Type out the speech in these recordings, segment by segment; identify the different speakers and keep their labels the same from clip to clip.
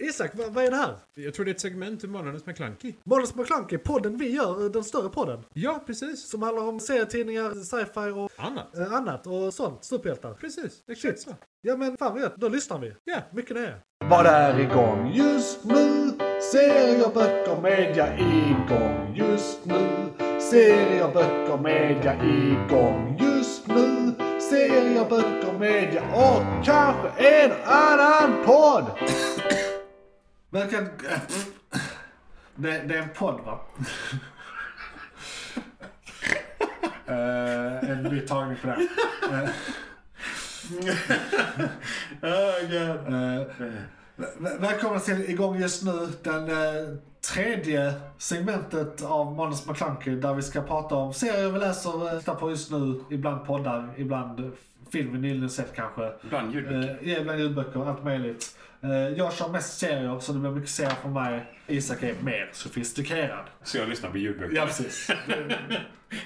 Speaker 1: Isak, vad, vad är det här?
Speaker 2: Jag tror det är ett segment ur Månadens McKlunky.
Speaker 1: Måns McClunky, podden vi gör, eh, den större podden.
Speaker 2: Ja, precis.
Speaker 1: Som handlar om serietidningar, sci-fi och
Speaker 2: Annat.
Speaker 1: eh, annat och sånt. Superhjältar.
Speaker 2: Precis, exakt så.
Speaker 1: Ja men fan vad gött, då lyssnar vi.
Speaker 2: Ja.
Speaker 1: Mycket nöje.
Speaker 3: Vad är igång just nu? Serier, böcker, media igång just nu. Serier, böcker, media igång just nu. Serier, böcker, media och kanske en annan podd. Verkar... Det, det är en podd va? Eh, en ny tagning på det. Eh, Väl- Välkomna till igång just nu, den eh, tredje segmentet av Måndags McKlunky där vi ska prata om serier vi läser, eh, tittar på just nu, ibland poddar, ibland eh, film vi nyligen sett kanske.
Speaker 4: Bland ljudböcker.
Speaker 3: Eh, ja, ibland ljudböcker, allt möjligt. Eh, jag kör mest serier så det blir mycket serier för mig. Isak är mer sofistikerad.
Speaker 4: Så jag lyssnar på ljudböcker.
Speaker 3: Ja precis,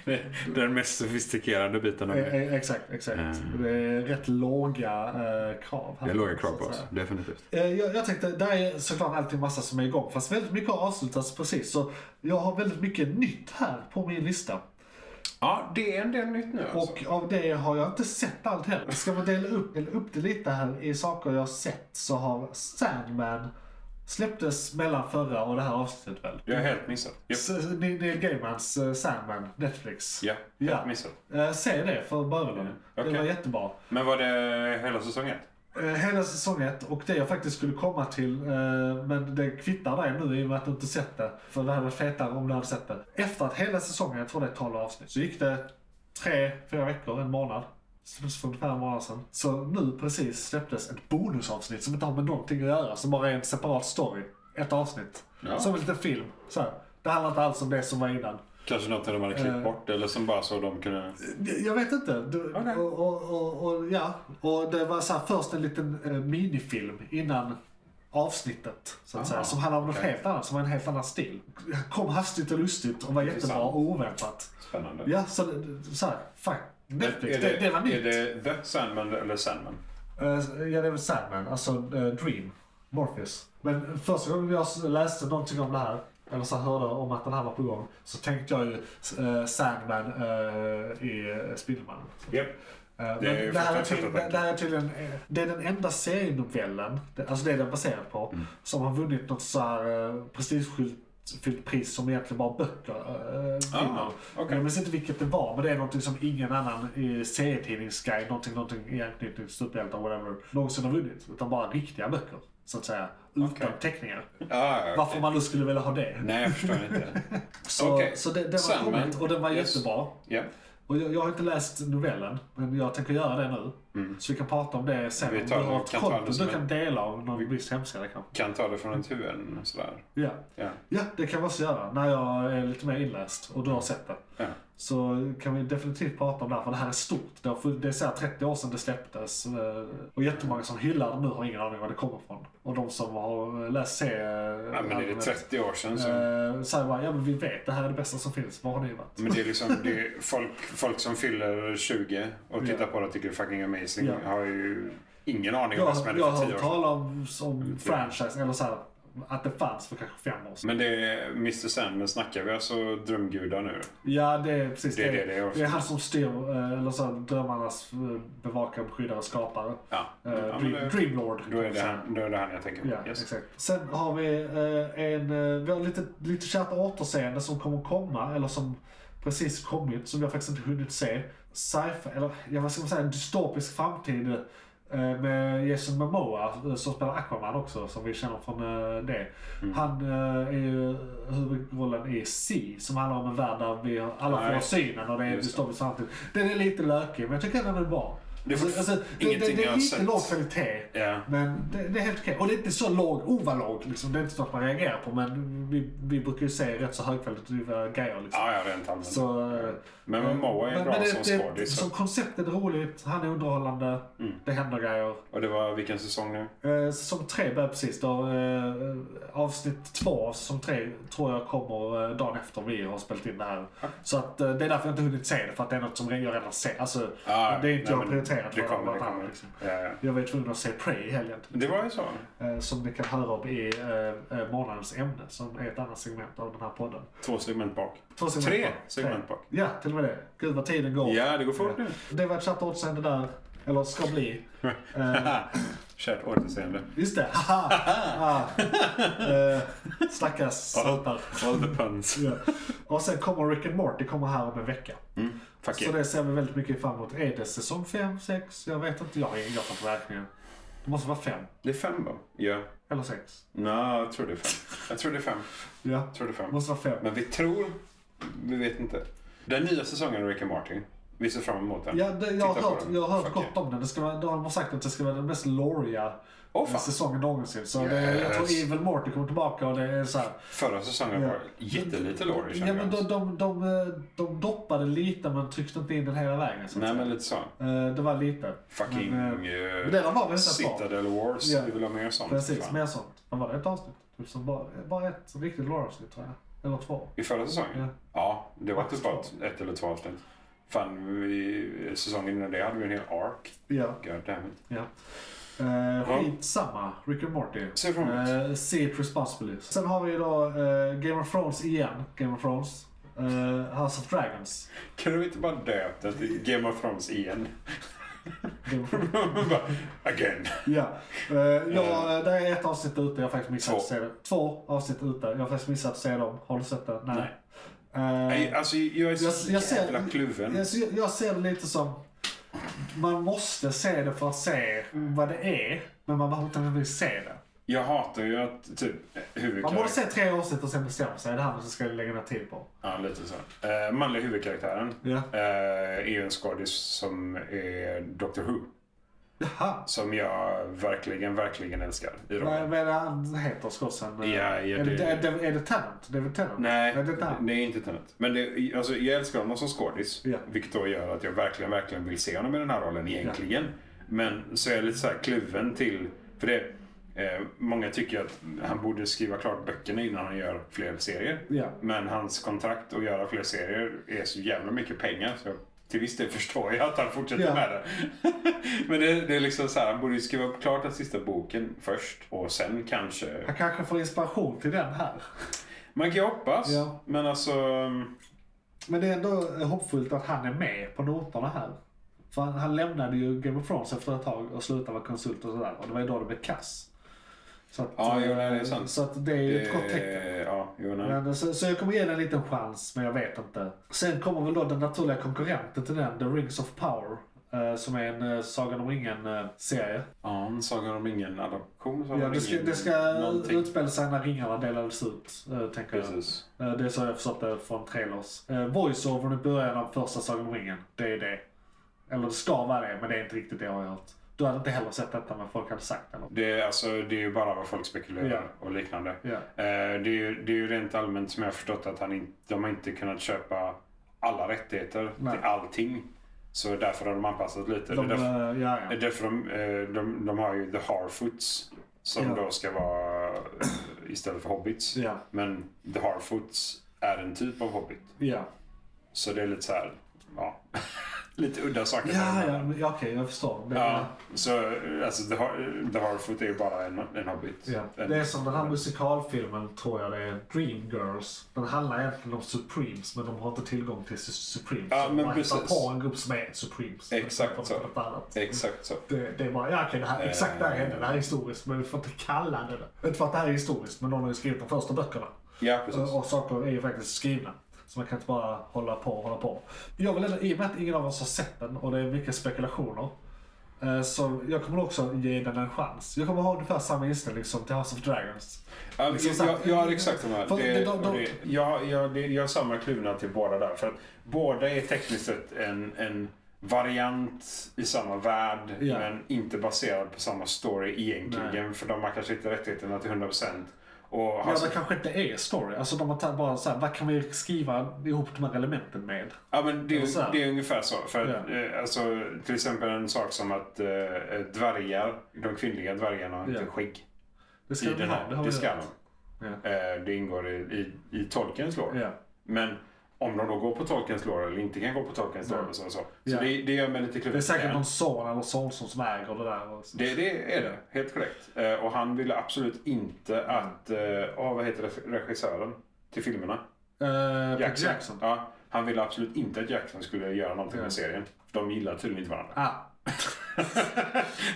Speaker 4: Det är Den mest sofistikerade biten av
Speaker 3: E-
Speaker 4: det.
Speaker 3: e- exakt, exakt. Det är rätt låga eh, krav. här,
Speaker 4: Det är låga krav
Speaker 3: så
Speaker 4: på
Speaker 3: att
Speaker 4: oss,
Speaker 3: säga.
Speaker 4: definitivt.
Speaker 3: Eh, Jag, jag tänkte, där är såklart alltid massa som är igång. Fast väldigt mycket har avslutats precis. Så jag har väldigt mycket nytt här på min lista.
Speaker 4: Ja, det är en del nytt nu alltså.
Speaker 3: Och av det har jag inte sett allt heller. Ska man dela upp, dela upp det lite här i saker jag har sett så har Sandman släpptes mellan förra och det här avsnittet väl?
Speaker 4: Jag har helt missat. Japp.
Speaker 3: S- Neil Gaimans eh, Sandman, Netflix.
Speaker 4: Ja,
Speaker 3: Ja.
Speaker 4: helt missat.
Speaker 3: Eh, Se det för början.
Speaker 4: Okej.
Speaker 3: Det var jättebra.
Speaker 4: Men var det hela säsongen?
Speaker 3: Eh, Hela säsong ett och det jag faktiskt skulle komma till, eh, men det kvittar dig nu i och med att du inte sett det. För det hade varit fetare om du hade sett det. Efter att hela säsongen, jag tror det är 12 avsnitt, så gick det tre, fyra veckor, en månad. Släpptes för ungefär en månad sedan. Så nu precis släpptes ett bonusavsnitt som inte har med någonting att göra, som bara är en separat story. Ett avsnitt.
Speaker 4: Ja.
Speaker 3: Som en liten film. Så här. Det handlar inte alls om det som var innan.
Speaker 4: Kanske något de hade klippt
Speaker 3: Eh.
Speaker 4: bort eller som bara så de kunde...
Speaker 3: Jag vet inte. Du,
Speaker 4: Okej.
Speaker 3: och, och, och, och, ja. och det var så här, först en liten eh, minifilm innan avsnittet. Så att
Speaker 4: Ah,
Speaker 3: säga, som handlade om något
Speaker 4: okej.
Speaker 3: helt annat, som var en helt annan stil. Kom hastigt och lustigt och var jättebra
Speaker 4: Intressant.
Speaker 3: och oväntat.
Speaker 4: Spännande.
Speaker 3: Ja, så, det- så här, fuck. Netflix,
Speaker 4: Är
Speaker 3: det, det, var
Speaker 4: Är
Speaker 3: nytt.
Speaker 4: det The Sandman eller Sandman?
Speaker 3: Eh, ja, det är väl Sandman, alltså eh, Dream, Morpheus. Men första gången jag s- läste någonting om det här, eller så hörde om att den här var på gång, så tänkte jag ju eh, Sandman eh, i eh, Spindelmannen.
Speaker 4: Japp.
Speaker 3: Eh, men
Speaker 4: Det är ju
Speaker 3: det, här är
Speaker 4: fruktansvärt
Speaker 3: tydligen,
Speaker 4: att tänka.
Speaker 3: det här är tydligen, eh, det är den enda serienovellen, det- alltså det är den baserad på,
Speaker 4: Mm.
Speaker 3: som har vunnit något så här eh, prestigefyllt pris som egentligen bara böcker eh,
Speaker 4: Ah,
Speaker 3: vinner.
Speaker 4: okej.
Speaker 3: Jag minns inte vilket det var, men det är någonting som ingen annan i serietidningsguide, någonting, någonting i anknytning till superhjältar, whatever, någonsin har vunnit. Utan bara riktiga böcker, så att säga. Utan
Speaker 4: Okej.
Speaker 3: teckningar.
Speaker 4: Ah,
Speaker 3: Varför man nu skulle vilja ha det.
Speaker 4: Nej, jag förstår inte.
Speaker 3: Så,
Speaker 4: Okej.
Speaker 3: så det, det var
Speaker 4: Sandman.
Speaker 3: kommit och den var
Speaker 4: Yes.
Speaker 3: jättebra.
Speaker 4: Ja,
Speaker 3: Och jag, jag har inte läst novellen, men jag tänker göra det nu. Så vi kan prata om det sen.
Speaker 4: Mm. Vi
Speaker 3: Om
Speaker 4: tar-
Speaker 3: du har ett
Speaker 4: kan ta
Speaker 3: konto
Speaker 4: det som
Speaker 3: du
Speaker 4: en-
Speaker 3: kan dela av någon viss hemsida kanske.
Speaker 4: kan ta det från en tuven sådär.
Speaker 3: Ja.
Speaker 4: Ja.
Speaker 3: ja, det kan vi också göra när jag är lite mer inläst och du har sett det.
Speaker 4: Ja.
Speaker 3: Så kan vi definitivt prata om det här, för det här är stort. Det, har funnits- det är så här 30 år sedan det släpptes eh, och jättemånga som hyllar det nu har ingen aning var det kommer ifrån. Och de som har läst se... eh,
Speaker 4: Nej, men är det 30 år sedan så...
Speaker 3: Säger bara, ja men vi vet, det här är det bästa som finns. Var har ni varit?
Speaker 4: Men det är liksom det är folk, folk som fyller 20 och tittar på det och tycker det är fucking amazing
Speaker 3: Ja.
Speaker 4: har ju ingen aning
Speaker 3: Jag,
Speaker 4: om vad som hände
Speaker 3: jag
Speaker 4: för
Speaker 3: har
Speaker 4: 10 år
Speaker 3: hört
Speaker 4: sedan. Mm,
Speaker 3: talas om, om franchise, eller så här, att det fanns för kanske fem år sedan.
Speaker 4: Men det är Mr. Sandman, snackar vi alltså drömgudar nu?
Speaker 3: Ja, det är precis
Speaker 4: Mm. Det är det det är också.
Speaker 3: han som styr, eh, eller så här, drömmarnas eh, bevakare, beskyddare och skapare.
Speaker 4: Ja.
Speaker 3: Eh,
Speaker 4: ja men
Speaker 3: Dream, liksom.
Speaker 4: det,
Speaker 3: Dreamlord.
Speaker 4: då, är det
Speaker 3: kan man
Speaker 4: han, då är det han jag tänker på.
Speaker 3: säga. Ja,
Speaker 4: yes.
Speaker 3: exakt. Sen har vi eh, en, eh, vi har lite, lite kärt återseende som kommer komma, eller som precis kommit, som jag faktiskt inte hunnit se. Sci-fi, eller ja, vad ska man säga, en dystopisk framtid eh, med Jason Momoa eh, som spelar Aquaman också, som vi känner från eh, det.
Speaker 4: Mm.
Speaker 3: Han eh, är ju huvudrollen i Sea, som handlar om en värld där vi har- alla får
Speaker 4: Nej.
Speaker 3: synen och det är en
Speaker 4: Just det.
Speaker 3: dystopisk framtid. Den är lite lökig, men jag tycker ändå den är bra.
Speaker 4: Det är
Speaker 3: Alltså,
Speaker 4: fortfar-
Speaker 3: alltså, det, det,
Speaker 4: ingenting
Speaker 3: det
Speaker 4: jag
Speaker 3: är
Speaker 4: har
Speaker 3: lite
Speaker 4: sett.
Speaker 3: låg kvalitet,
Speaker 4: Ja.
Speaker 3: men det, det är helt okej. Och det är inte så låg, ovalåg liksom. Det är inte så att man reagerar på, men vi, vi brukar ju se rätt så högkvalitativa grejer liksom.
Speaker 4: Ja, ja, rent allmänt.
Speaker 3: Så, eh,
Speaker 4: men Momoa är
Speaker 3: men-
Speaker 4: bra
Speaker 3: men det-
Speaker 4: som
Speaker 3: det-
Speaker 4: skådis.
Speaker 3: Som
Speaker 4: så- Mm.
Speaker 3: koncept är det roligt, han är underhållande, det händer grejer.
Speaker 4: Och det var vilken säsong nu?
Speaker 3: Eh, Säsong tre börjar precis. Då, eh, avsnitt två av säsong tre tror jag kommer eh, dagen efter vi har spelat in det här. Så att, eh, det är därför jag inte hunnit se det, för att det är något som jag redan ser. Alltså,
Speaker 4: Ah,
Speaker 3: det är inte
Speaker 4: nej,
Speaker 3: jag
Speaker 4: men
Speaker 3: presenterat
Speaker 4: Det
Speaker 3: för
Speaker 4: kommer, det
Speaker 3: varandra,
Speaker 4: kommer.
Speaker 3: liksom.
Speaker 4: Ja, ja.
Speaker 3: Jag var ju tvungen att se Prey i helgen.
Speaker 4: Det var ju så.
Speaker 3: Eh, Som ni kan höra om i eh, eh, månadens ämne som är ett annat segment av den här podden.
Speaker 4: Två segment bak.
Speaker 3: Två segment
Speaker 4: Tre
Speaker 3: bak.
Speaker 4: segment bak.
Speaker 3: Ja, till och med det. Gud vad tiden går.
Speaker 4: Ja, det går fort nu.
Speaker 3: Det var ett kärt återseende där. Eller ska bli. Eh,
Speaker 4: Haha. Kärt återseende.
Speaker 3: just det. Haha. ah. Eh, stackars
Speaker 4: All,
Speaker 3: sotar.
Speaker 4: all the puns.
Speaker 3: Ja. Och sen kommer Rick and Morty kommer här om en vecka.
Speaker 4: Mm. Fuck
Speaker 3: Så
Speaker 4: yeah.
Speaker 3: det ser vi väldigt mycket fram emot. Är det säsong 5, 6? Jag vet inte. Jag har ingen jag fattar verkligen. Det måste vara 5
Speaker 4: Det är fem va? Ja.
Speaker 3: eller 6.
Speaker 4: Nej, jag tror det är fem. Jag tror det är fem.
Speaker 3: Ja,
Speaker 4: Jag tror det är
Speaker 3: det
Speaker 4: fem.
Speaker 3: måste vara 5.
Speaker 4: Men vi tror, vi vet inte. Den nya säsongen av Rick and Martin. Vi ser fram emot den.
Speaker 3: Ja, det, jag, har
Speaker 4: Titta på
Speaker 3: hört,
Speaker 4: den.
Speaker 3: jag har hört
Speaker 4: Fuck
Speaker 3: gott om den. Det ska vara, de har sagt att det ska vara den mest loriga
Speaker 4: Åh, fan.
Speaker 3: säsongen någonsin. Så det, jag tror
Speaker 4: Yes.
Speaker 3: Evil Morty kommer tillbaka och det är så här.
Speaker 4: Förra säsongen
Speaker 3: Ja.
Speaker 4: var jättelite lorry
Speaker 3: Ja,
Speaker 4: kände
Speaker 3: men
Speaker 4: jag.
Speaker 3: de, de, de, eh, de doppade lite men tryckte inte in den hela vägen. Så att
Speaker 4: Nej
Speaker 3: säga.
Speaker 4: men lite så.
Speaker 3: Eh, Det var lite.
Speaker 4: Fucking
Speaker 3: Men, eh,
Speaker 4: eh,
Speaker 3: Men det var väl inte bra.
Speaker 4: Citadel Wars.
Speaker 3: Ja.
Speaker 4: Vi vill ha mer sånt.
Speaker 3: Precis,
Speaker 4: fan.
Speaker 3: mer sånt. Men var det ett avsnitt? Typ som bara, bara ett riktigt lore-avsnitt tror jag. Eller två.
Speaker 4: I förra säsongen?
Speaker 3: Ja.
Speaker 4: Ja. det var typ bara ett, ett eller två avsnitt. Fan, vi, säsongen innan det hade vi en hel ark.
Speaker 3: Ja.
Speaker 4: God damn it.
Speaker 3: ja. Uh, skitsamma, Rick and Morty.
Speaker 4: Ser fram emot.
Speaker 3: Eh, see it responsibly. Sen har vi ju då eh, Game of Thrones igen. Game of Thrones. Eh, House of Dragons.
Speaker 4: Kan du inte bara döpa det till Game of Thrones igen?
Speaker 3: Game of Thrones.
Speaker 4: Bara, Again.
Speaker 3: Ja. Eh, jag, det är ett avsnitt ute, jag har faktiskt missat
Speaker 4: Två.
Speaker 3: att se det. Två avsnitt ute, jag har faktiskt missat att se dem. Har du sett det? Nej. Eh,
Speaker 4: Nej, alltså jag är
Speaker 3: jag,
Speaker 4: så
Speaker 3: jag,
Speaker 4: jävla
Speaker 3: ser,
Speaker 4: kluven.
Speaker 3: jag, ser- jag ser det lite som... Man måste se det för att se
Speaker 4: Mm.
Speaker 3: vad det är, men man behöver inte nödvändigtvis se det.
Speaker 4: Jag hatar ju att typ
Speaker 3: Man borde
Speaker 4: huvudkaraktären...
Speaker 3: se tre avsnitt och sen bestämma sig. Är det här som ska jag lägga ner tid på?
Speaker 4: Ja, lite så. Eh, manliga huvudkaraktären
Speaker 3: Ja.
Speaker 4: eh, är ju en skådis som är Doctor Who.
Speaker 3: Jaha.
Speaker 4: Som jag verkligen, verkligen älskar i rollen.
Speaker 3: Vad vad är det han heter, skådisen? Eh,
Speaker 4: Ja, ja,
Speaker 3: är, det,
Speaker 4: det-
Speaker 3: är, det, är det Tennant? Det är väl Tennant?
Speaker 4: Nej,
Speaker 3: Är det Tennant?
Speaker 4: det är inte Tenet. Men det, alltså, jag älskar honom som skådis.
Speaker 3: Ja.
Speaker 4: Vilket då gör att jag verkligen, verkligen vill se honom i den här rollen egentligen. Men så är jag lite så här kluven till... För det, eh, många tycker att han borde skriva klart böckerna innan han gör fler serier.
Speaker 3: Ja.
Speaker 4: Men hans kontrakt att göra fler serier är så jävla mycket pengar. Så till viss del förstår jag att han fortsätter
Speaker 3: Ja.
Speaker 4: med det. Men det, det är liksom så här, han borde ju skriva klart den sista boken först. Och sen kanske
Speaker 3: Han kanske får inspiration till den här.
Speaker 4: man kan ju hoppas,
Speaker 3: Ja.
Speaker 4: men alltså...
Speaker 3: Men det är ändå hoppfullt att han är med på noterna här. För han, han lämnade ju Game of Thrones efter ett tag och slutade vara konsult och sådär. Och det var ju då det blev kass. Så att,
Speaker 4: Ja, jo, nej, det är
Speaker 3: eh,
Speaker 4: sant.
Speaker 3: Så att det är ju ett gott tecken.
Speaker 4: Eh, Ja, jo, nej.
Speaker 3: Men, så, så jag kommer ge den en liten chans, men jag vet inte. Sen kommer väl då den naturliga konkurrenten till den, The Rings of Power. eh, Som är en eh, Sagan om ringen-serie.
Speaker 4: Ja, en Sagan om ingen adoption. Sagan
Speaker 3: Ja,
Speaker 4: om
Speaker 3: det ska,
Speaker 4: ingen
Speaker 3: det ska
Speaker 4: någonting.
Speaker 3: utspela sig när ringarna delades ut, eh, tänker jag.
Speaker 4: Precis.
Speaker 3: Eh, Det är så jag förstått det från trailers. Eh, Voice-overn i början av första Sagan om ringen, det är det. Eller det ska vara det, men det är inte riktigt det jag har hört. Du hade inte heller sett detta, men folk hade sagt det. eller?
Speaker 4: Det är, alltså, det är ju bara vad folk spekulerar
Speaker 3: Ja.
Speaker 4: och liknande.
Speaker 3: Ja.
Speaker 4: Eh, det, är ju, det är ju rent allmänt som jag har förstått att han in, de har inte kunnat köpa alla rättigheter
Speaker 3: Nej.
Speaker 4: till allting. Så därför har de anpassat lite.
Speaker 3: De,
Speaker 4: det är därför,
Speaker 3: eh, ja,
Speaker 4: det
Speaker 3: ja.
Speaker 4: är därför de, eh, de, de har ju The Harfoots som
Speaker 3: Ja.
Speaker 4: då ska vara eh, istället för Hobbits.
Speaker 3: Ja,
Speaker 4: Men The Harfoots är en typ av hobbit.
Speaker 3: ja.
Speaker 4: Så det är lite så här, ja. lite udda saker.
Speaker 3: Ja, ja,
Speaker 4: däremellan.
Speaker 3: men- ja okej, jag förstår. Det,
Speaker 4: ja. Så alltså, The, Har- The Harfoot är ju bara en, en hobbit.
Speaker 3: ja.
Speaker 4: En,
Speaker 3: det är som den här musikalfilmen, tror jag det är, Dream Girls. Den handlar egentligen om Supremes, men de har inte tillgång till Su- Supremes.
Speaker 4: Ja,
Speaker 3: Så
Speaker 4: men
Speaker 3: de hittar
Speaker 4: precis.
Speaker 3: på en grupp som är Supremes.
Speaker 4: Exakt
Speaker 3: För-
Speaker 4: så.
Speaker 3: för något annat.
Speaker 4: Exakt så.
Speaker 3: Det, det är bara, ja okej, det här, exakt det här hände, det här är historiskt, men vi får inte kalla det det. Inte för att det här är historiskt, men någon har ju skrivit de första böckerna.
Speaker 4: Ja, precis.
Speaker 3: Och, och saker är ju faktiskt skrivna. Så man kan inte bara hålla på och hålla på. Jag vill ändå, i och med att ingen av oss har sett den och det är mycket spekulationer. eh, Så jag kommer också ge den en chans. Jag kommer ha ungefär samma inställning som till House of Dragons.
Speaker 4: Ja,
Speaker 3: Liksom
Speaker 4: jag,
Speaker 3: så här-
Speaker 4: jag, jag har exakt samma.
Speaker 3: För
Speaker 4: Det,
Speaker 3: det- de- de-
Speaker 4: och det, jag, jag, det, jag har samma kluvna till båda där. För att båda är tekniskt sett en, en variant i samma värld
Speaker 3: Ja.
Speaker 4: men inte baserad på samma story egentligen. För de har kanske inte rättigheterna till 100%. Och
Speaker 3: Ja,
Speaker 4: alltså,
Speaker 3: det kanske inte är story. Alltså de har tagit bara så här, vad kan vi skriva ihop de här elementen med?
Speaker 4: Ja, men det,
Speaker 3: Eller så här.
Speaker 4: är, det är ungefär så. För att, eh, alltså, till exempel en sak som att eh, dvärgar, de kvinnliga dvärgarna har inte
Speaker 3: Ja.
Speaker 4: skägg
Speaker 3: Det
Speaker 4: i
Speaker 3: ska vi
Speaker 4: den
Speaker 3: ha,
Speaker 4: här.
Speaker 3: har vi
Speaker 4: Det ska
Speaker 3: gjort.
Speaker 4: de. Eh, Det ingår i, i, i tolkens lår.
Speaker 3: Ja.
Speaker 4: Men om de då går på Tolkiens lår eller inte kan gå på Tolkiens lår. och Så, och så. så
Speaker 3: Ja.
Speaker 4: det, det gör mig lite kluven.
Speaker 3: Det är säkert någon son eller sonson som äger det där. och- Eh,
Speaker 4: Det, det är det, helt korrekt. Eh, och han ville absolut inte
Speaker 3: Mm.
Speaker 4: att, eh, åh, vad heter det, regissören till filmerna?
Speaker 3: Eh, Peter Jackson.
Speaker 4: Ja, han ville absolut inte att Jackson skulle göra någonting
Speaker 3: Ja.
Speaker 4: med serien. De gillar tydligen inte varandra.
Speaker 3: Ah,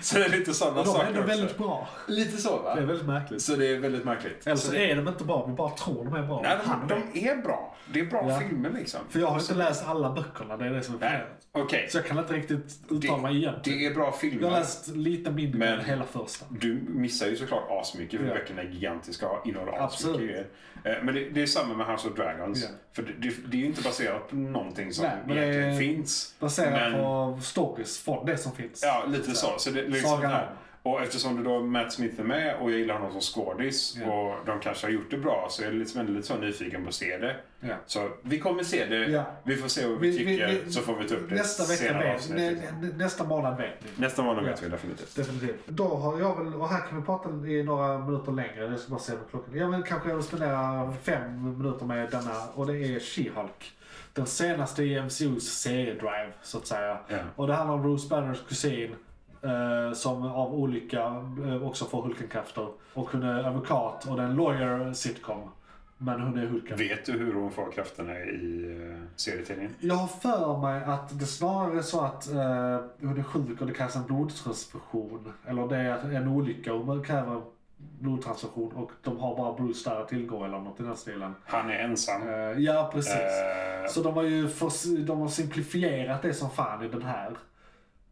Speaker 4: så det är lite sådana
Speaker 3: men de är
Speaker 4: saker
Speaker 3: ändå
Speaker 4: också.
Speaker 3: väldigt bra.
Speaker 4: Lite så va?
Speaker 3: Det är väldigt märkligt.
Speaker 4: Så det är väldigt märkligt.
Speaker 3: Eller
Speaker 4: Så
Speaker 3: så
Speaker 4: det...
Speaker 3: Alltså, är de inte bra, vi bara tror de är bra.
Speaker 4: Nej,
Speaker 3: Han
Speaker 4: de,
Speaker 3: är-
Speaker 4: de är bra. Det är bra
Speaker 3: Ja.
Speaker 4: filmer liksom.
Speaker 3: För jag har inte läst alla böckerna, det är det som är
Speaker 4: Nej,
Speaker 3: problemet.
Speaker 4: okej.
Speaker 3: Så jag kan inte riktigt uttala mig
Speaker 4: Det,
Speaker 3: egentligen.
Speaker 4: det är bra
Speaker 3: Jag har
Speaker 4: filmer.
Speaker 3: läst lite mindre
Speaker 4: Men-
Speaker 3: än hela första.
Speaker 4: Du missar ju såklart asmycket för
Speaker 3: Ja.
Speaker 4: böckerna är gigantiska och innehåller asmycket
Speaker 3: Absolut.
Speaker 4: grejer. Eh, Men det, det är samma med House of Dragons.
Speaker 3: Ja.
Speaker 4: För det, det- det är ju inte baserat på någonting som
Speaker 3: Nej, men det är-
Speaker 4: egentligen finns.
Speaker 3: Baserat
Speaker 4: Men-
Speaker 3: på stories från det som finns.
Speaker 4: Ja, lite så. så det, liksom
Speaker 3: Sagan
Speaker 4: där. Och eftersom du då Matt Smith är med och jag gillar honom som skådis
Speaker 3: Ja.
Speaker 4: och de kanske har gjort det bra så jag är liksom ändå lite så nyfiken på att se det.
Speaker 3: Ja.
Speaker 4: Så vi kommer se det.
Speaker 3: Ja.
Speaker 4: Vi får se vad vi,
Speaker 3: Vi- vi-
Speaker 4: tycker
Speaker 3: vi-
Speaker 4: så får vi ta upp det
Speaker 3: Nästa vecka
Speaker 4: senare
Speaker 3: vet
Speaker 4: avsnittet.
Speaker 3: nä, nä, Nästa månad vet ni.
Speaker 4: Nästa månad vet
Speaker 3: Ja.
Speaker 4: vi definitivt.
Speaker 3: Definitivt. Då har jag väl, och här kan vi prata i några minuter längre. Jag ska bara se vad klockan är. Ja, men kanske jag vill spendera fem minuter med denna och det är She-Hulk. Den senaste i MCUs seriedrive, så att säga.
Speaker 4: Ja.
Speaker 3: Och det handlar om Bruce Banners kusin eh, som av olycka eh, också får Hulkenkrafter. Och hon är advokat och det är en lawyer sitcom. Men hon är Hulken.
Speaker 4: Vet du hur hon får krafterna i eh, serietidningen?
Speaker 3: Jag har för mig att det snarare är så att eh, hon är sjuk och det krävs en blodtransfusion. Eller det är en olycka och man kräver blodtransfusion och de har bara Bruce där att tillgå eller något i den stilen.
Speaker 4: Han är ensam.
Speaker 3: Eh, ja, precis.
Speaker 4: Eh,
Speaker 3: Så de har ju för, de har simplifierat det som fan i den här.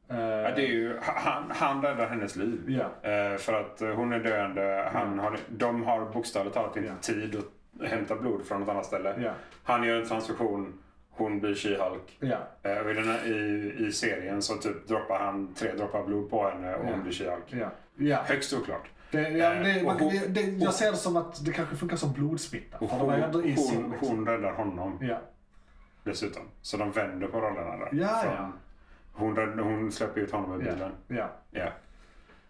Speaker 3: Eh,
Speaker 4: ja, det är ju, han, han räddar hennes liv.
Speaker 3: Ja.
Speaker 4: Eh, för att eh, hon är döende. Han har, de har bokstavligt talat inte
Speaker 3: Ja.
Speaker 4: tid att hämta blod från något annat ställe.
Speaker 3: Ja.
Speaker 4: Han gör en transfusion. Hon blir She-Hulk.
Speaker 3: ja.
Speaker 4: Eh, och i, den här, i, I serien så typ droppar han tre droppar blod på henne och
Speaker 3: Ja.
Speaker 4: hon blir She-Hulk.
Speaker 3: Ja. ja.
Speaker 4: Högst oklart.
Speaker 3: Det, ja men det,
Speaker 4: Eh,
Speaker 3: man,
Speaker 4: och hon-
Speaker 3: det, det, jag ser det som att det kanske funkar som blodsmitta.
Speaker 4: Och
Speaker 3: För det var
Speaker 4: hon,
Speaker 3: ju ändå i
Speaker 4: hon,
Speaker 3: serien, liksom.
Speaker 4: hon räddar honom
Speaker 3: Ja.
Speaker 4: dessutom. Så de vänder på rollerna där.
Speaker 3: Ja,
Speaker 4: Från-
Speaker 3: ja.
Speaker 4: Hon, rädd- hon släpper ut honom ur
Speaker 3: Ja.
Speaker 4: bilen.
Speaker 3: ja.
Speaker 4: Ja.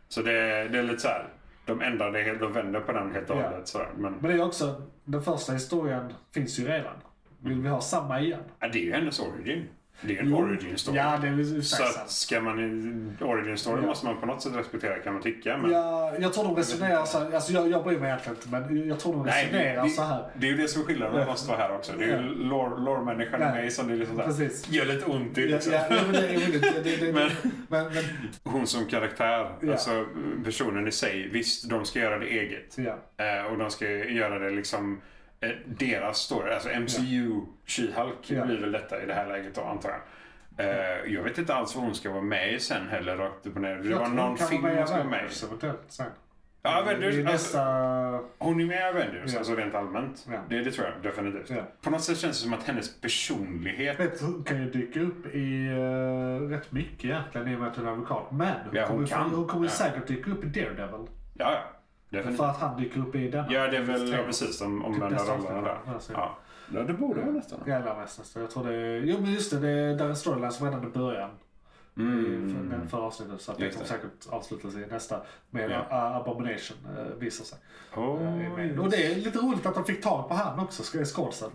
Speaker 4: Så det, det är lite så här. De ändrar det helt, de vänder på den helt och
Speaker 3: Ja.
Speaker 4: hållet. sådär. Men
Speaker 3: Men det är också, den första historien finns ju redan. Vill vi ha samma igen?
Speaker 4: ja, det är ju hennes origin. Det är ju en origin story.
Speaker 3: Ja, det är väl
Speaker 4: så
Speaker 3: exakt
Speaker 4: att
Speaker 3: sant.
Speaker 4: ska man, origin story
Speaker 3: Ja.
Speaker 4: måste man på något sätt respektera kan man tycka. Men
Speaker 3: Ja, jag tror de resonerar så här, alltså jag, jag bryr mig egentligen inte, men jag tror de
Speaker 4: Nej, det,
Speaker 3: resonerar
Speaker 4: det,
Speaker 3: så här.
Speaker 4: det är ju det som är skillnaden med oss två här också. Det är ju lore- lore-människan i
Speaker 3: Nej.
Speaker 4: mig som det är liksom så här,
Speaker 3: Precis.
Speaker 4: gör lite ont i.
Speaker 3: Ja,
Speaker 4: Liksom.
Speaker 3: ja, men det är roligt. Det- det- det-
Speaker 4: Men-
Speaker 3: Men, men,
Speaker 4: Hon som karaktär,
Speaker 3: Ja.
Speaker 4: alltså personen i sig. Visst, de ska göra det eget.
Speaker 3: ja.
Speaker 4: Eh, och de ska göra det liksom eh, deras story. Alltså MCU, She-Hulk
Speaker 3: Ja.
Speaker 4: blir väl detta i det här läget då antar jag. Eh, jag vet inte alls vad hon ska vara med i sen heller rakt upp och ner. Det
Speaker 3: Jag
Speaker 4: var
Speaker 3: tror de
Speaker 4: någon
Speaker 3: kan
Speaker 4: film
Speaker 3: vara i
Speaker 4: hon ska vara med
Speaker 3: Avengers
Speaker 4: i.
Speaker 3: eventuellt sen.
Speaker 4: Ja,
Speaker 3: Det är
Speaker 4: Avengers. Alltså,
Speaker 3: nästa...
Speaker 4: hon är med i Avengers,
Speaker 3: Ja.
Speaker 4: alltså rent allmänt.
Speaker 3: Ja.
Speaker 4: Det, det tror jag definitivt.
Speaker 3: Ja.
Speaker 4: På något sätt känns det som att hennes personlighet...
Speaker 3: Vet, du, hon kan ju dyka upp i eh, rätt mycket egentligen i och med att hon är advokat. Men hon
Speaker 4: Ja, hon
Speaker 3: kommer,
Speaker 4: kan.
Speaker 3: hon kommer
Speaker 4: Ja.
Speaker 3: säkert dyka upp i Daredevil.
Speaker 4: Ja, ja. Definitivt.
Speaker 3: För att han dyker upp i denna.
Speaker 4: Ja, det är väl
Speaker 3: Tre.
Speaker 4: ja, precis de omvända
Speaker 3: Typ. nästa
Speaker 4: rollerna där.
Speaker 3: avsnitt, alltså.
Speaker 4: Ja. ja, det borde vara nästan.
Speaker 3: Jävla mästare. Jag tror det är... Jo men just det, det är där är storyline som redan i början. Mm. För, den förra avsnittet. Så att det
Speaker 4: Just
Speaker 3: kommer
Speaker 4: det.
Speaker 3: säkert avslutas i nästa. Med
Speaker 4: Ja.
Speaker 3: A- Abomination eh, visar sig. Eh,
Speaker 4: Oh,
Speaker 3: och det är lite roligt att de fick tag på han också, sk- skådisen.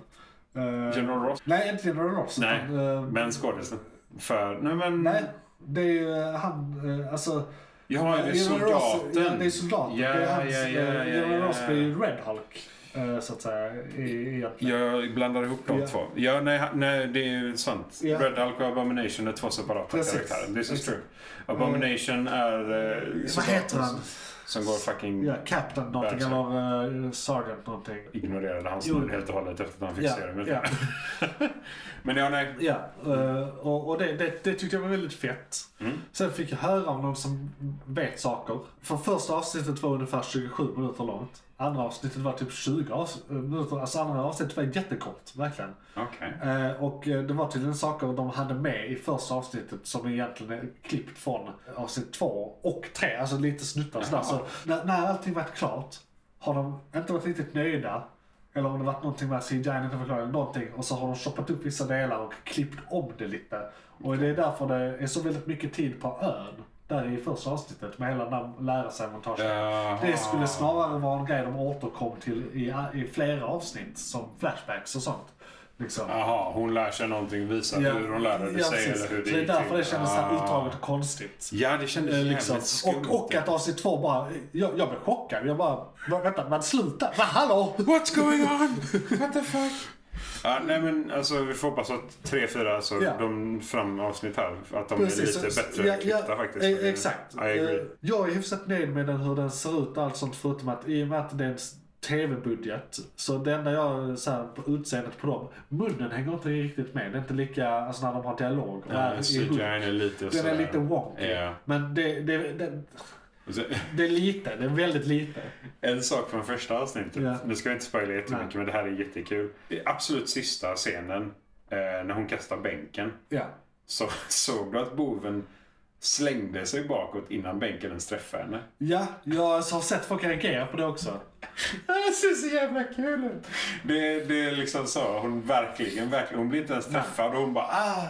Speaker 3: Eh,
Speaker 4: General Ross?
Speaker 3: nej, inte General Ross.
Speaker 4: Nej,
Speaker 3: utan, eh,
Speaker 4: men skådisen. För, nej men...
Speaker 3: nej, det är ju eh, han, eh, alltså...
Speaker 4: Jaha, är det
Speaker 3: General
Speaker 4: soldaten?
Speaker 3: Ross, ja, det är soldaten.
Speaker 4: Ja,
Speaker 3: det är hans,
Speaker 4: ja, ja, ja,
Speaker 3: eh, General
Speaker 4: ja,
Speaker 3: Ross
Speaker 4: ja.
Speaker 3: blir ju Red Hulk. eh, så att säga. I, i, i,
Speaker 4: Jag blandar ihop de
Speaker 3: Ja.
Speaker 4: två. Ja, nej, ha- nej, det är ju sant.
Speaker 3: Ja.
Speaker 4: Red Hulk och Abomination är två separata
Speaker 3: Precis.
Speaker 4: karaktärer. This is
Speaker 3: Exakt. Mm.
Speaker 4: true. Abomination är... eh, soldaten
Speaker 3: heter han?
Speaker 4: som- Som går fucking...
Speaker 3: ja, Captain någonting
Speaker 4: Ja, exakt.
Speaker 3: eller eh, Sergeant någonting.
Speaker 4: Ignorerade hans
Speaker 3: Jo.
Speaker 4: namn helt och hållet efter att han fick
Speaker 3: Ja,
Speaker 4: serumet.
Speaker 3: ja.
Speaker 4: men ja, nej.
Speaker 3: Ja, eh, och, och det, det, det tyckte jag var väldigt fett. Sen fick jag höra om någon som vet saker. För första avsnittet var ungefär 27 minuter långt. Andra avsnittet var typ 20 avs- minuter. Alltså andra avsnittet var jättekort, verkligen.
Speaker 4: Okej.
Speaker 3: Eh, och eh, det var tydligen saker de hade med i första avsnittet som egentligen är klippt från avsnitt två och tre. Alltså lite snuttar sådär. Så när, när allting varit klart har de inte varit riktigt nöjda. Eller om det varit någonting med CGI inte var klar eller någonting. Och så har de shoppat upp vissa delar och klippt om det lite. Och det är därför det är så väldigt mycket tid på ön. Där i första avsnittet med hela den där lära sig montagen.
Speaker 4: Jaha.
Speaker 3: Det skulle snarare vara en grej de återkom till i, i flera avsnitt som flashbacks och sånt. Liksom.
Speaker 4: Jaha, hon lär sig någonting, visar hur hon lärde
Speaker 3: ja,
Speaker 4: sig
Speaker 3: precis.
Speaker 4: eller hur det
Speaker 3: Så det är
Speaker 4: gick
Speaker 3: därför det
Speaker 4: till.
Speaker 3: kändes så här
Speaker 4: Ah.
Speaker 3: utdraget och konstigt.
Speaker 4: Ja, det kändes
Speaker 3: Eh,
Speaker 4: jävligt
Speaker 3: Liksom.
Speaker 4: skumt.
Speaker 3: Och, och att avsnitt två bara, jag, jag blev chockad. Jag bara, "Va- vänta, men sluta, men hallå!
Speaker 4: What's going on? What the fuck? Ja, nej men alltså vi får hoppas att tre, fyra, alltså
Speaker 3: Ja.
Speaker 4: de fram avsnitt här, att de
Speaker 3: Precis,
Speaker 4: blir lite
Speaker 3: så-
Speaker 4: bättre
Speaker 3: ja,
Speaker 4: klippta
Speaker 3: ja,
Speaker 4: faktiskt.
Speaker 3: eh, Exakt.
Speaker 4: I agree.
Speaker 3: Eh, Jag är hyfsat nöjd med den, hur den ser ut och allt sånt förutom att i och med att det är en s- tv-budget så det enda jag eh, så här, på utseendet på dem, munnen hänger inte riktigt med. Det är inte lika, alltså när de har dialog. och är
Speaker 4: Ja,
Speaker 3: i
Speaker 4: CGI
Speaker 3: hugg.
Speaker 4: är lite
Speaker 3: den
Speaker 4: sådär.
Speaker 3: är lite wonky.
Speaker 4: Ja.
Speaker 3: Men det, det, det,
Speaker 4: Och så-
Speaker 3: det är lite, det är väldigt lite.
Speaker 4: En sak från första avsnittet.
Speaker 3: Ja.
Speaker 4: Nu ska jag inte spoila jättemycket
Speaker 3: Nej.
Speaker 4: men det här är jättekul. I absolut sista scenen, eh, när hon kastar bänken,
Speaker 3: Ja.
Speaker 4: så såg du att boven slängde sig bakåt innan bänken ens träffade henne.
Speaker 3: Ja, jag har sett folk reagera på det också.
Speaker 4: Det ser så jävla kul ut. Det, det är liksom så. Hon verkligen, verkligen. Hon blir inte ens träffad och hon bara ah.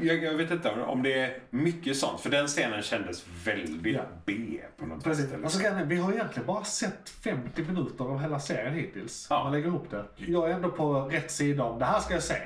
Speaker 4: Jag, jag vet inte om det är mycket sånt. För den scenen kändes väldigt
Speaker 3: Ja.
Speaker 4: B på något
Speaker 3: Precis.
Speaker 4: sätt. eller
Speaker 3: Alltså,
Speaker 4: så.
Speaker 3: grejen är, vi har egentligen bara sett 50 minuter av hela serien hittills.
Speaker 4: Ja.
Speaker 3: Om man lägger ihop det. Jag är ändå på rätt sida om det här ska jag se.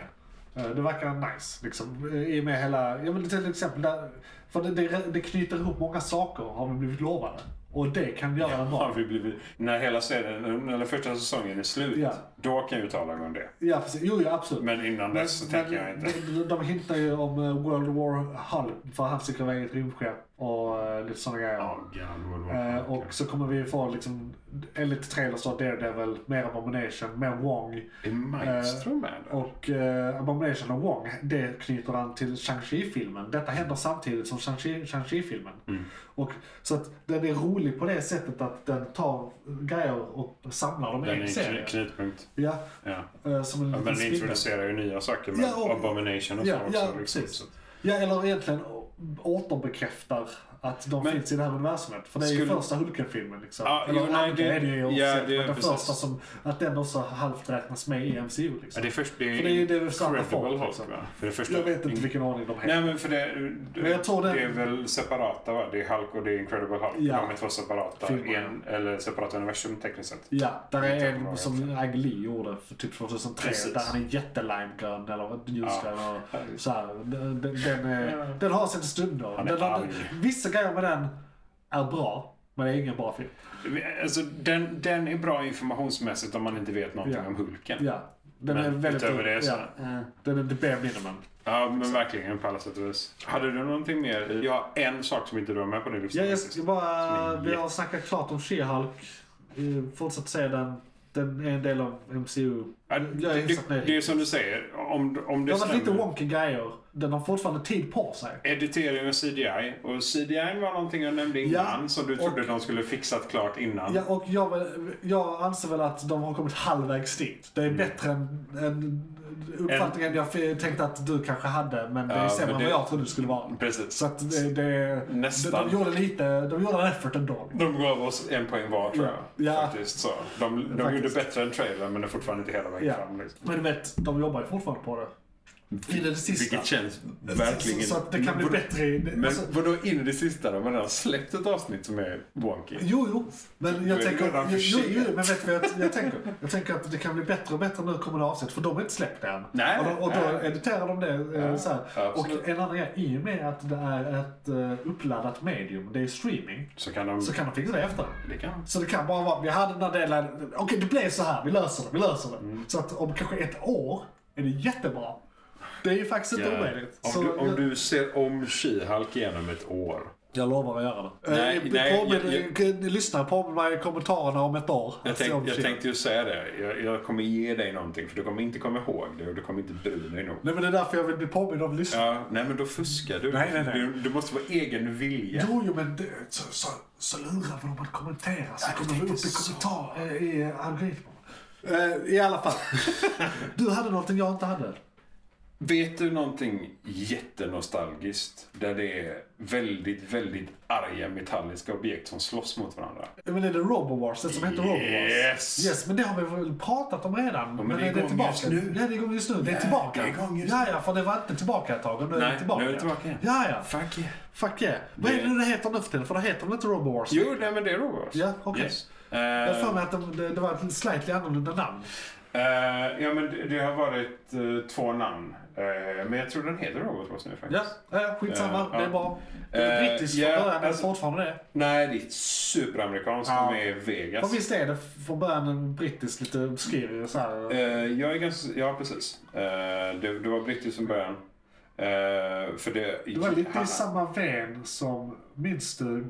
Speaker 3: Eh, Det verkar nice. Liksom, eh, I och med hela, ja, men till exempel, där, för det, det, det knyter ihop många saker har vi blivit lovade. Och det kan göra en
Speaker 4: Har
Speaker 3: bra.
Speaker 4: vi blivit, när hela serien, eller första säsongen är slut,
Speaker 3: Ja.
Speaker 4: då kan jag uttala mig om det.
Speaker 3: Ja, precis. Jo, ja, absolut.
Speaker 4: Men innan dess så tänker jag inte.
Speaker 3: De, de, de hintar ju om eh, World War Hull, för han sticker iväg i ett rymdskepp och eh, lite sådana grejer.
Speaker 4: Ja, God, World War
Speaker 3: Eh,
Speaker 4: Hulk, ja.
Speaker 3: och så kommer vi få liksom, enligt trailers då, Daredevil, mer Abomination, mer Wong.
Speaker 4: Är Maestro med där?
Speaker 3: Och eh, Abomination och Wong, det knyter an till Shang-Chi-filmen. Detta händer samtidigt som Shang-Chi- Shang-Chi-filmen.
Speaker 4: Mm.
Speaker 3: Och Så att den är rolig på det sättet att den tar grejer och samlar dem i
Speaker 4: Den är
Speaker 3: en
Speaker 4: en
Speaker 3: serie.
Speaker 4: kn- knutpunkt.
Speaker 3: Ja,
Speaker 4: Ja.
Speaker 3: eh, som en
Speaker 4: Ja,
Speaker 3: liten
Speaker 4: Men den
Speaker 3: spindel.
Speaker 4: introducerar ju nya saker med
Speaker 3: Ja, och-
Speaker 4: Abomination och
Speaker 3: Ja,
Speaker 4: så också.
Speaker 3: ja
Speaker 4: liksom.
Speaker 3: precis.
Speaker 4: Så-
Speaker 3: Ja, eller egentligen å- återbekräftar att de
Speaker 4: Men-
Speaker 3: finns i det här universumet. För det är ju
Speaker 4: Skulle-
Speaker 3: första Hulken-filmen liksom.
Speaker 4: Ja,
Speaker 3: eller
Speaker 4: jo, nej,
Speaker 3: andra
Speaker 4: det-
Speaker 3: är det ju
Speaker 4: ja,
Speaker 3: officiellt,
Speaker 4: det-
Speaker 3: men den
Speaker 4: precis.
Speaker 3: första som, att den också halvt räknas med i MCU
Speaker 4: Ja,
Speaker 3: liksom.
Speaker 4: det är först, det är
Speaker 3: För det är ju det vi startar
Speaker 4: Incredible
Speaker 3: folk,
Speaker 4: Hulk,
Speaker 3: liksom.
Speaker 4: va? För det första,
Speaker 3: Jag vet inte vilken ordning de heter.
Speaker 4: Nej men för det,
Speaker 3: Men jag tror det-
Speaker 4: det är väl separata va? Det är Hulk och det är Incredible Hulk.
Speaker 3: Ja.
Speaker 4: De är två separata,
Speaker 3: Filmer.
Speaker 4: en, eller separata universum tekniskt sett.
Speaker 3: Ja, där
Speaker 4: Jag vet
Speaker 3: är
Speaker 4: inte
Speaker 3: en
Speaker 4: vad
Speaker 3: som Ang Lee gjorde för typ 2003.
Speaker 4: Precis.
Speaker 3: Där han är jättelimegrön eller ljusgrön.
Speaker 4: Ja.
Speaker 3: och Så här, den, den, den, är, den har sina stunder.
Speaker 4: Han är
Speaker 3: Den, har-
Speaker 4: arg.
Speaker 3: vissa grejer med den är bra, men det är ingen bra film.
Speaker 4: Alltså, den, den är bra informationsmässigt om man inte vet någonting
Speaker 3: Ja.
Speaker 4: om Hulken.
Speaker 3: Ja, den
Speaker 4: Men
Speaker 3: är väldigt...
Speaker 4: utöver det så-
Speaker 3: ja, eh, Den är the bare minimum.
Speaker 4: Ja, men verkligen på alla sätt och vis. Hade du någonting mer? Jag har en sak som inte du har med på din lista.
Speaker 3: Ja, jag ska bara...
Speaker 4: Som är
Speaker 3: Vi har snackat klart om She-Hulk. Eh, Fortsätt se den. Den är en del av MCU.
Speaker 4: Ja,
Speaker 3: jag är
Speaker 4: det,
Speaker 3: hyfsat
Speaker 4: det,
Speaker 3: nöjd.
Speaker 4: det är som du säger, om, om
Speaker 3: Det
Speaker 4: det
Speaker 3: har varit lite
Speaker 4: stämmer.
Speaker 3: wonky grejer. Den har fortfarande tid på sig.
Speaker 4: Editering och CDI. Och CDI var någonting jag nämnde innan som du trodde de skulle fixat klart innan.
Speaker 3: Ja, och jag, väl- jag anser väl att de har kommit halvvägs dit. Det är
Speaker 4: Mm.
Speaker 3: bättre än, än uppfattningen jag f- tänkte att du kanske hade, men det är
Speaker 4: Ja,
Speaker 3: sämre
Speaker 4: men
Speaker 3: än
Speaker 4: det-
Speaker 3: vad jag trodde det skulle vara.
Speaker 4: Precis.
Speaker 3: Så att det, det,
Speaker 4: Nästan.
Speaker 3: De, de gjorde lite, de gjorde en effort ändå.
Speaker 4: De gav oss en poäng var tror jag.
Speaker 3: Ja. Ja.
Speaker 4: Faktiskt, så. De, de
Speaker 3: Faktiskt.
Speaker 4: gjorde bättre än trailern men det är fortfarande inte hela vägen
Speaker 3: Ja.
Speaker 4: fram. Liksom.
Speaker 3: Men du vet, de jobbar ju fortfarande på det. In i det sista.
Speaker 4: Vilket känns verkligen...
Speaker 3: Så, så att det kan bli
Speaker 4: Vadå-
Speaker 3: bättre. i-
Speaker 4: Men
Speaker 3: Alltså,
Speaker 4: vadå in i det sista då? Man har släppt ett avsnitt som är wonky.
Speaker 3: Jo, jo. Men
Speaker 4: är
Speaker 3: jag
Speaker 4: det
Speaker 3: tänker,
Speaker 4: redan för
Speaker 3: jo, jo, jo,
Speaker 4: sent.
Speaker 3: men vet du vad jag, jag tänker? Jag tänker att det kan bli bättre och bättre nu kommande avsnitt, för de är inte släppta än.
Speaker 4: Nej,
Speaker 3: och, då- och då
Speaker 4: nej.
Speaker 3: editerar de det eh,
Speaker 4: Ja,
Speaker 3: så här.
Speaker 4: absolut.
Speaker 3: Och en annan grej, i och med att det är ett eh, uppladdat medium, det är streaming,
Speaker 4: Så kan de...
Speaker 3: så kan de fixa det efter.
Speaker 4: Det kan.
Speaker 3: Så det kan bara vara, vi hade den här delen, okej det blev så här, vi löser det, vi löser det.
Speaker 4: Mm.
Speaker 3: Så att om kanske ett år är det jättebra. Det är ju faktiskt inte omöjligt.
Speaker 4: Om,
Speaker 3: Så
Speaker 4: du, om
Speaker 3: jag-
Speaker 4: du ser om She-Hulk igenom ett år.
Speaker 3: Jag lovar att göra det.
Speaker 4: Nej,
Speaker 3: Eh,
Speaker 4: nej,
Speaker 3: påminn-
Speaker 4: jag-
Speaker 3: ni lyssnar på mig i kommentarerna om ett år.
Speaker 4: Jag,
Speaker 3: Alltså, om
Speaker 4: tänk, jag
Speaker 3: shit.
Speaker 4: tänkte ju säga det. Jag, jag kommer ge dig någonting för du kommer inte komma ihåg det och du kommer inte bry dig nog.
Speaker 3: Nej men det är därför jag vill bli påmind om lyssnarna.
Speaker 4: Ja, nej men då fuskar du.
Speaker 3: Nej, nej, nej.
Speaker 4: Du, du måste vara egen vilja.
Speaker 3: Jo, jo men det, så, så, så lurar vi dem att kommentera så kommer vi upp i kommentarer eh, i algoritmerna. Eh, I alla fall. du hade någonting jag inte hade.
Speaker 4: Vet du någonting jättenostalgiskt? Där det är väldigt, väldigt arga metalliska objekt som slåss mot varandra.
Speaker 3: Eh, Men är det Robowars? Det som heter Robowars?
Speaker 4: Yes.
Speaker 3: Yes, men det har vi väl pratat om redan? men,
Speaker 4: det är igång
Speaker 3: tillbaka.
Speaker 4: just nu.
Speaker 3: Ja, det är igång just nu. Det är tillbaka.
Speaker 4: det är igång just
Speaker 3: ja, ja, för det var inte tillbaka ett tag och nu är
Speaker 4: Nej,
Speaker 3: det tillbaka.
Speaker 4: nu är det tillbaka igen.
Speaker 3: Ja, ja.
Speaker 4: Fuck yeah.
Speaker 3: Fuck yeah. Vad är det
Speaker 4: Det-
Speaker 3: det heter nu för tiden? För det heter väl inte Robowars?
Speaker 4: Jo, nej men det är Robot.
Speaker 3: Ja, okej.
Speaker 4: Yes.
Speaker 3: Jag har för
Speaker 4: Eh,
Speaker 3: mig att de, det, det var ett slightly annorlunda namn.
Speaker 4: Eh, ja, men det- det har varit eh, två namn. Eh, men jag tror den heter Robotboss nu faktiskt.
Speaker 3: Ja, ja skitsamma.
Speaker 4: Eh, Ja, ja.
Speaker 3: Det är bra. Det är
Speaker 4: Eh,
Speaker 3: brittiskt
Speaker 4: ja,
Speaker 3: från början, men
Speaker 4: alltså-
Speaker 3: fortfarande det.
Speaker 4: Nej, det är superamerikanskt.
Speaker 3: Ja.
Speaker 4: De är i Vegas.
Speaker 3: Och visst är det från början en brittisk lite obskyr så här.
Speaker 4: Eh, jag är ganska... Ja, precis. Eh, det, det var brittiskt från början. Eh, för det...
Speaker 3: Det var lite
Speaker 4: han-
Speaker 3: i samma vän som, minns du,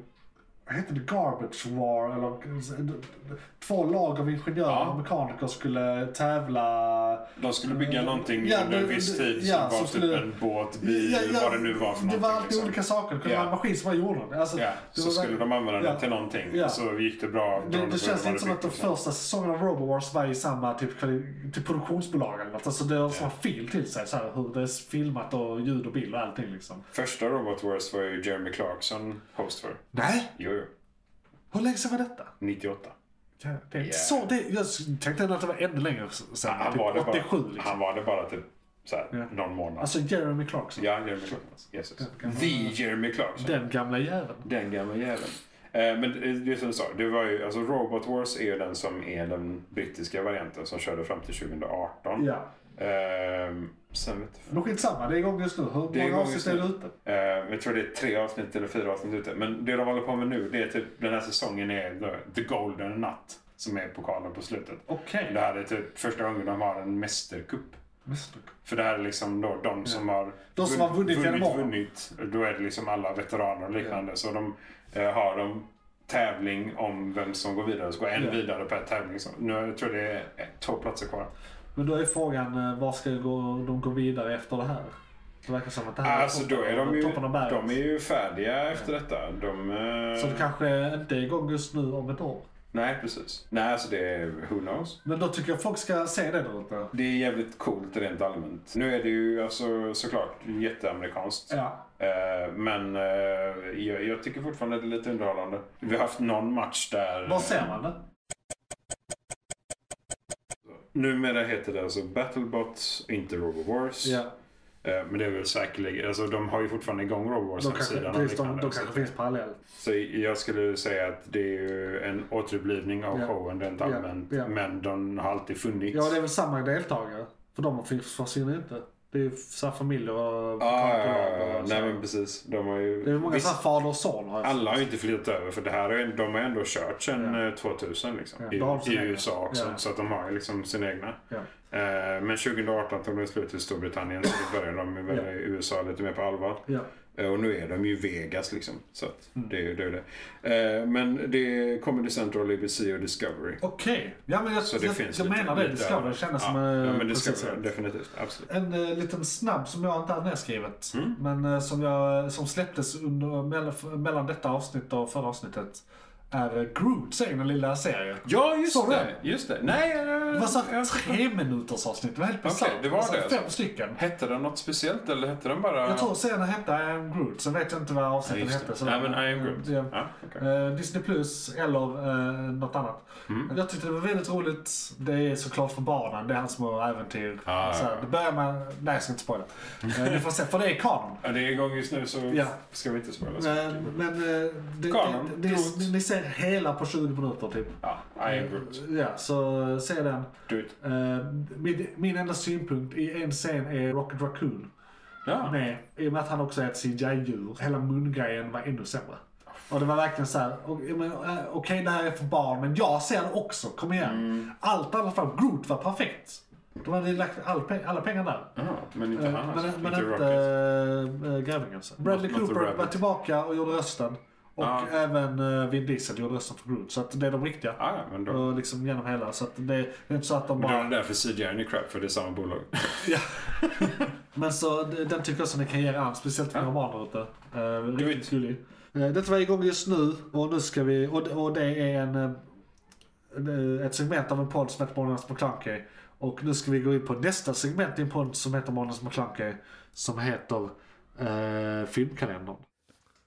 Speaker 3: vad hette det, Garbage War? Eller, två lag av ingenjörer
Speaker 4: Ja.
Speaker 3: och mekaniker skulle tävla.
Speaker 4: De skulle bygga någonting
Speaker 3: Mm. Ja,
Speaker 4: under en
Speaker 3: det-
Speaker 4: viss
Speaker 3: det-
Speaker 4: tid
Speaker 3: ja,
Speaker 4: som var
Speaker 3: som
Speaker 4: typ
Speaker 3: skulle-
Speaker 4: en båt, bil,
Speaker 3: Ja, ja,
Speaker 4: vad det nu var för
Speaker 3: Det
Speaker 4: någonting.
Speaker 3: var alltid
Speaker 4: liksom.
Speaker 3: olika saker. Det kunde
Speaker 4: Ja.
Speaker 3: vara en maskin som var jorden. Alltså,
Speaker 4: Ja,
Speaker 3: det
Speaker 4: så
Speaker 3: var-
Speaker 4: skulle de använda
Speaker 3: ja.
Speaker 4: den till någonting.
Speaker 3: Ja.
Speaker 4: Så gick det bra.
Speaker 3: Det,
Speaker 4: beroende på
Speaker 3: det känns
Speaker 4: vad
Speaker 3: inte som att de
Speaker 4: byggt och så.
Speaker 3: första säsongerna av Robowars var i samma typ, kvali- typ produktionsbolag eller något. Alltså det har samma fil till sig, så här, hur det är filmat och ljud och bild och allting liksom.
Speaker 4: Första Robot Wars var ju Jeremy Clarkson host för.
Speaker 3: Nej!
Speaker 4: Jo, jo.
Speaker 3: Hur länge sedan var detta?
Speaker 4: 98.
Speaker 3: Det är inte
Speaker 4: Yeah.
Speaker 3: så, det, jag tänkte ändå att det var ännu längre sen.
Speaker 4: Han,
Speaker 3: typ
Speaker 4: var, det
Speaker 3: 87
Speaker 4: bara,
Speaker 3: liksom.
Speaker 4: han var det bara typ så här,
Speaker 3: Ja.
Speaker 4: någon månad.
Speaker 3: Alltså Jeremy Clarkson.
Speaker 4: ja, Jeremy Clarkson. Yes, yes. The Jeremy Clarkson.
Speaker 3: Den gamla jäveln.
Speaker 4: Den gamla jäveln. Eh, Men det- det är som du sa, det var ju, alltså Robot Wars är ju den som är den brittiska varianten som körde fram till 2018.
Speaker 3: Ja.
Speaker 4: Ehm, sen vet jag
Speaker 3: Men skitsamma, det är igång just nu. Hur
Speaker 4: Det är
Speaker 3: många
Speaker 4: igång
Speaker 3: avsnitt
Speaker 4: just
Speaker 3: är
Speaker 4: nu.
Speaker 3: det ute?
Speaker 4: Eh, jag tror det är tre avsnitt eller fyra avsnitt ute. Men det de håller på med nu, det är typ den här säsongen är The, the Golden Nut. Som är pokalen på slutet.
Speaker 3: Okej.
Speaker 4: Det här är typ första gången de har en mästercup.
Speaker 3: Mr.
Speaker 4: För det här är liksom då de som har,
Speaker 3: De som har
Speaker 4: vun-
Speaker 3: vunnit genom
Speaker 4: vunnit,
Speaker 3: åren.
Speaker 4: vunnit. Då är det liksom alla veteraner och liknande. Så de eh, har en tävling om vem som går vidare. Så går en
Speaker 3: Ja.
Speaker 4: vidare per tävling. Så nu jag tror det är eh, två platser kvar.
Speaker 3: Men då är frågan, eh, var ska gå, de gå vidare efter det här? Det verkar som att det här
Speaker 4: alltså då är de ju,
Speaker 3: toppen av berget.
Speaker 4: de är ju färdiga efter detta. De, eh,
Speaker 3: Så det kanske inte är igång just nu om ett år.
Speaker 4: Nej, precis. Nej, alltså det är who knows.
Speaker 3: Men då tycker jag folk ska se det då. Inte?
Speaker 4: Det är jävligt coolt rent allmänt. Nu är det ju alltså, såklart jätteamerikanskt.
Speaker 3: Ja.
Speaker 4: Eh, men eh, jag, jag tycker fortfarande det är lite underhållande. Vi har haft någon match där.
Speaker 3: Var ser man det?
Speaker 4: Numera heter det alltså Battlebots, inte RoboWars.
Speaker 3: Ja.
Speaker 4: Eh, men det är väl säkerligen, alltså de har ju fortfarande igång RoboWars
Speaker 3: De kanske,
Speaker 4: hemsidan och
Speaker 3: precis, de,
Speaker 4: liknande.
Speaker 3: de kanske finns parallellt.
Speaker 4: Så jag skulle säga att det är ju en återupplivning av
Speaker 3: Ja.
Speaker 4: showen rent
Speaker 3: Ja,
Speaker 4: allmänt.
Speaker 3: ja.
Speaker 4: Men de har alltid funnits.
Speaker 3: Ja, det är väl samma deltagare. För de har- försvinner inte. Det är ju så här familjer och...
Speaker 4: Ah, ja,
Speaker 3: kamrater
Speaker 4: ja, ja.
Speaker 3: och så.
Speaker 4: Nej men precis. De har ju...
Speaker 3: Det är många
Speaker 4: Visst,
Speaker 3: så här fader och son har jag
Speaker 4: Alla har ju inte flyttat över för det här är, de har ju ändå kört sedan eh, 2000 liksom,
Speaker 3: Ja, de har
Speaker 4: i,
Speaker 3: sina
Speaker 4: i
Speaker 3: egna.
Speaker 4: USA också.
Speaker 3: Ja.
Speaker 4: Så att de har ju liksom sina egna.
Speaker 3: Ja.
Speaker 4: Eh, men 2018 tog de slut i Storbritannien så då började de väl
Speaker 3: Ja.
Speaker 4: i USA lite mer på allvar.
Speaker 3: Ja.
Speaker 4: Eh, Och nu är de ju Vegas liksom. Så att
Speaker 3: Mm.
Speaker 4: det är ju det. Är ju det. Eh, men det är Comedy Central, ABC och Discovery.
Speaker 3: Okej. Ja, men jag,
Speaker 4: Så det
Speaker 3: jag,
Speaker 4: finns
Speaker 3: jag
Speaker 4: lite-
Speaker 3: menar det.
Speaker 4: lite
Speaker 3: Det ska
Speaker 4: över.
Speaker 3: väl kännas
Speaker 4: ja,
Speaker 3: som... eh,
Speaker 4: Ja, men det
Speaker 3: precis
Speaker 4: ska
Speaker 3: rätt.
Speaker 4: det definitivt. Absolut.
Speaker 3: En eh, liten snabb som jag inte hade nedskrivet.
Speaker 4: Mm.
Speaker 3: Men eh, som, jag, som släpptes under, mellan, mellan detta avsnitt och förra avsnittet. Är eh, Groots egna lilla serie.
Speaker 4: Ja, just
Speaker 3: Såg du
Speaker 4: det. Just det. Nej, eh,
Speaker 3: Det var så här
Speaker 4: jag-
Speaker 3: tre minuters avsnitt. Det var helt
Speaker 4: Okej,
Speaker 3: bisarrt.
Speaker 4: det var
Speaker 3: så här
Speaker 4: det.
Speaker 3: Fem stycken.
Speaker 4: Hette den något speciellt eller hette den bara...
Speaker 3: Jag tror serien hette I am Groot. Sen vet jag inte vad
Speaker 4: Ja,
Speaker 3: avsnitten
Speaker 4: just
Speaker 3: hette.
Speaker 4: det.
Speaker 3: så- Mm,
Speaker 4: Nej, men I am Groot.
Speaker 3: Ja.
Speaker 4: Ja, okej.
Speaker 3: Eh, Disney Plus eller eh, något annat.
Speaker 4: Mm.
Speaker 3: Jag tyckte det var väldigt roligt. Det är såklart för barnen. Det är hans små äventyr.
Speaker 4: Ah,
Speaker 3: så här,
Speaker 4: ja, ja.
Speaker 3: Det börjar med... Nej, jag ska inte spoila. Eh, ni får se, för det är kanon.
Speaker 4: Ja, det är igång just nu så
Speaker 3: Ja.
Speaker 4: ska vi inte spoila så
Speaker 3: Eh,
Speaker 4: mycket.
Speaker 3: men eh, det,
Speaker 4: Kanon,
Speaker 3: det, det,
Speaker 4: Groot.
Speaker 3: ni ser hela på 20 minuter typ.
Speaker 4: Ja, I am Groot.
Speaker 3: Ja, så eh, se den.
Speaker 4: Do it.
Speaker 3: Eh, min, min enda synpunkt i en scen är Rocket Raccoon.
Speaker 4: Ja.
Speaker 3: med, i och med att han också är ett CGI-djur, hela mungrejen var ännu sämre. Och det var verkligen så här, och- ja, men, eh, okej det här är för barn, men jag ser det också, kom igen. Allt annat var, Groot var perfekt. De hade lagt all pe- alla pengar där.
Speaker 4: Ja, men inte
Speaker 3: Eh,
Speaker 4: han alltså.
Speaker 3: Men, men
Speaker 4: inte
Speaker 3: inte
Speaker 4: Rocket.
Speaker 3: äh, grävingen. så. Bradley
Speaker 4: Not- not the
Speaker 3: Cooper var
Speaker 4: rabbit.
Speaker 3: tillbaka och gjorde rösten. Och
Speaker 4: Ah.
Speaker 3: även äh, Vin Diesel gjorde rösten för Groot. Så att det är de riktiga.
Speaker 4: Ja, ja, men då.
Speaker 3: Och liksom genom hela. Så att det, det är inte så att de
Speaker 4: Men
Speaker 3: bara...
Speaker 4: då är det därför CGI är crap, för det är samma bolag.
Speaker 3: Ja. Men så d- den tycker jag som ni kan ge er an, speciellt med romaner ute. Eh, riktigt gullig. Eh, detta var igång just nu och nu ska vi, och, d- och det är en, eh, en, eh, ett segment av en podd som heter Månadens McKlunky. Och nu ska vi gå in på nästa segment i en podd som heter Månadens McKlunky. Som heter eh, Filmkalendern.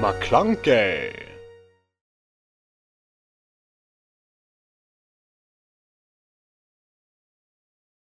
Speaker 5: McClunkey.